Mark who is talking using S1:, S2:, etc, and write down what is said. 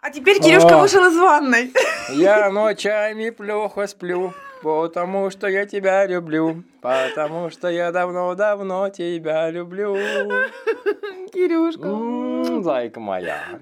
S1: А теперь Кирюшка
S2: О.
S1: вышел из ванной.
S2: Я ночами плохо сплю, потому что я тебя люблю, потому что я давно-давно тебя люблю.
S1: Кирюшка.
S2: М, Зайка моя.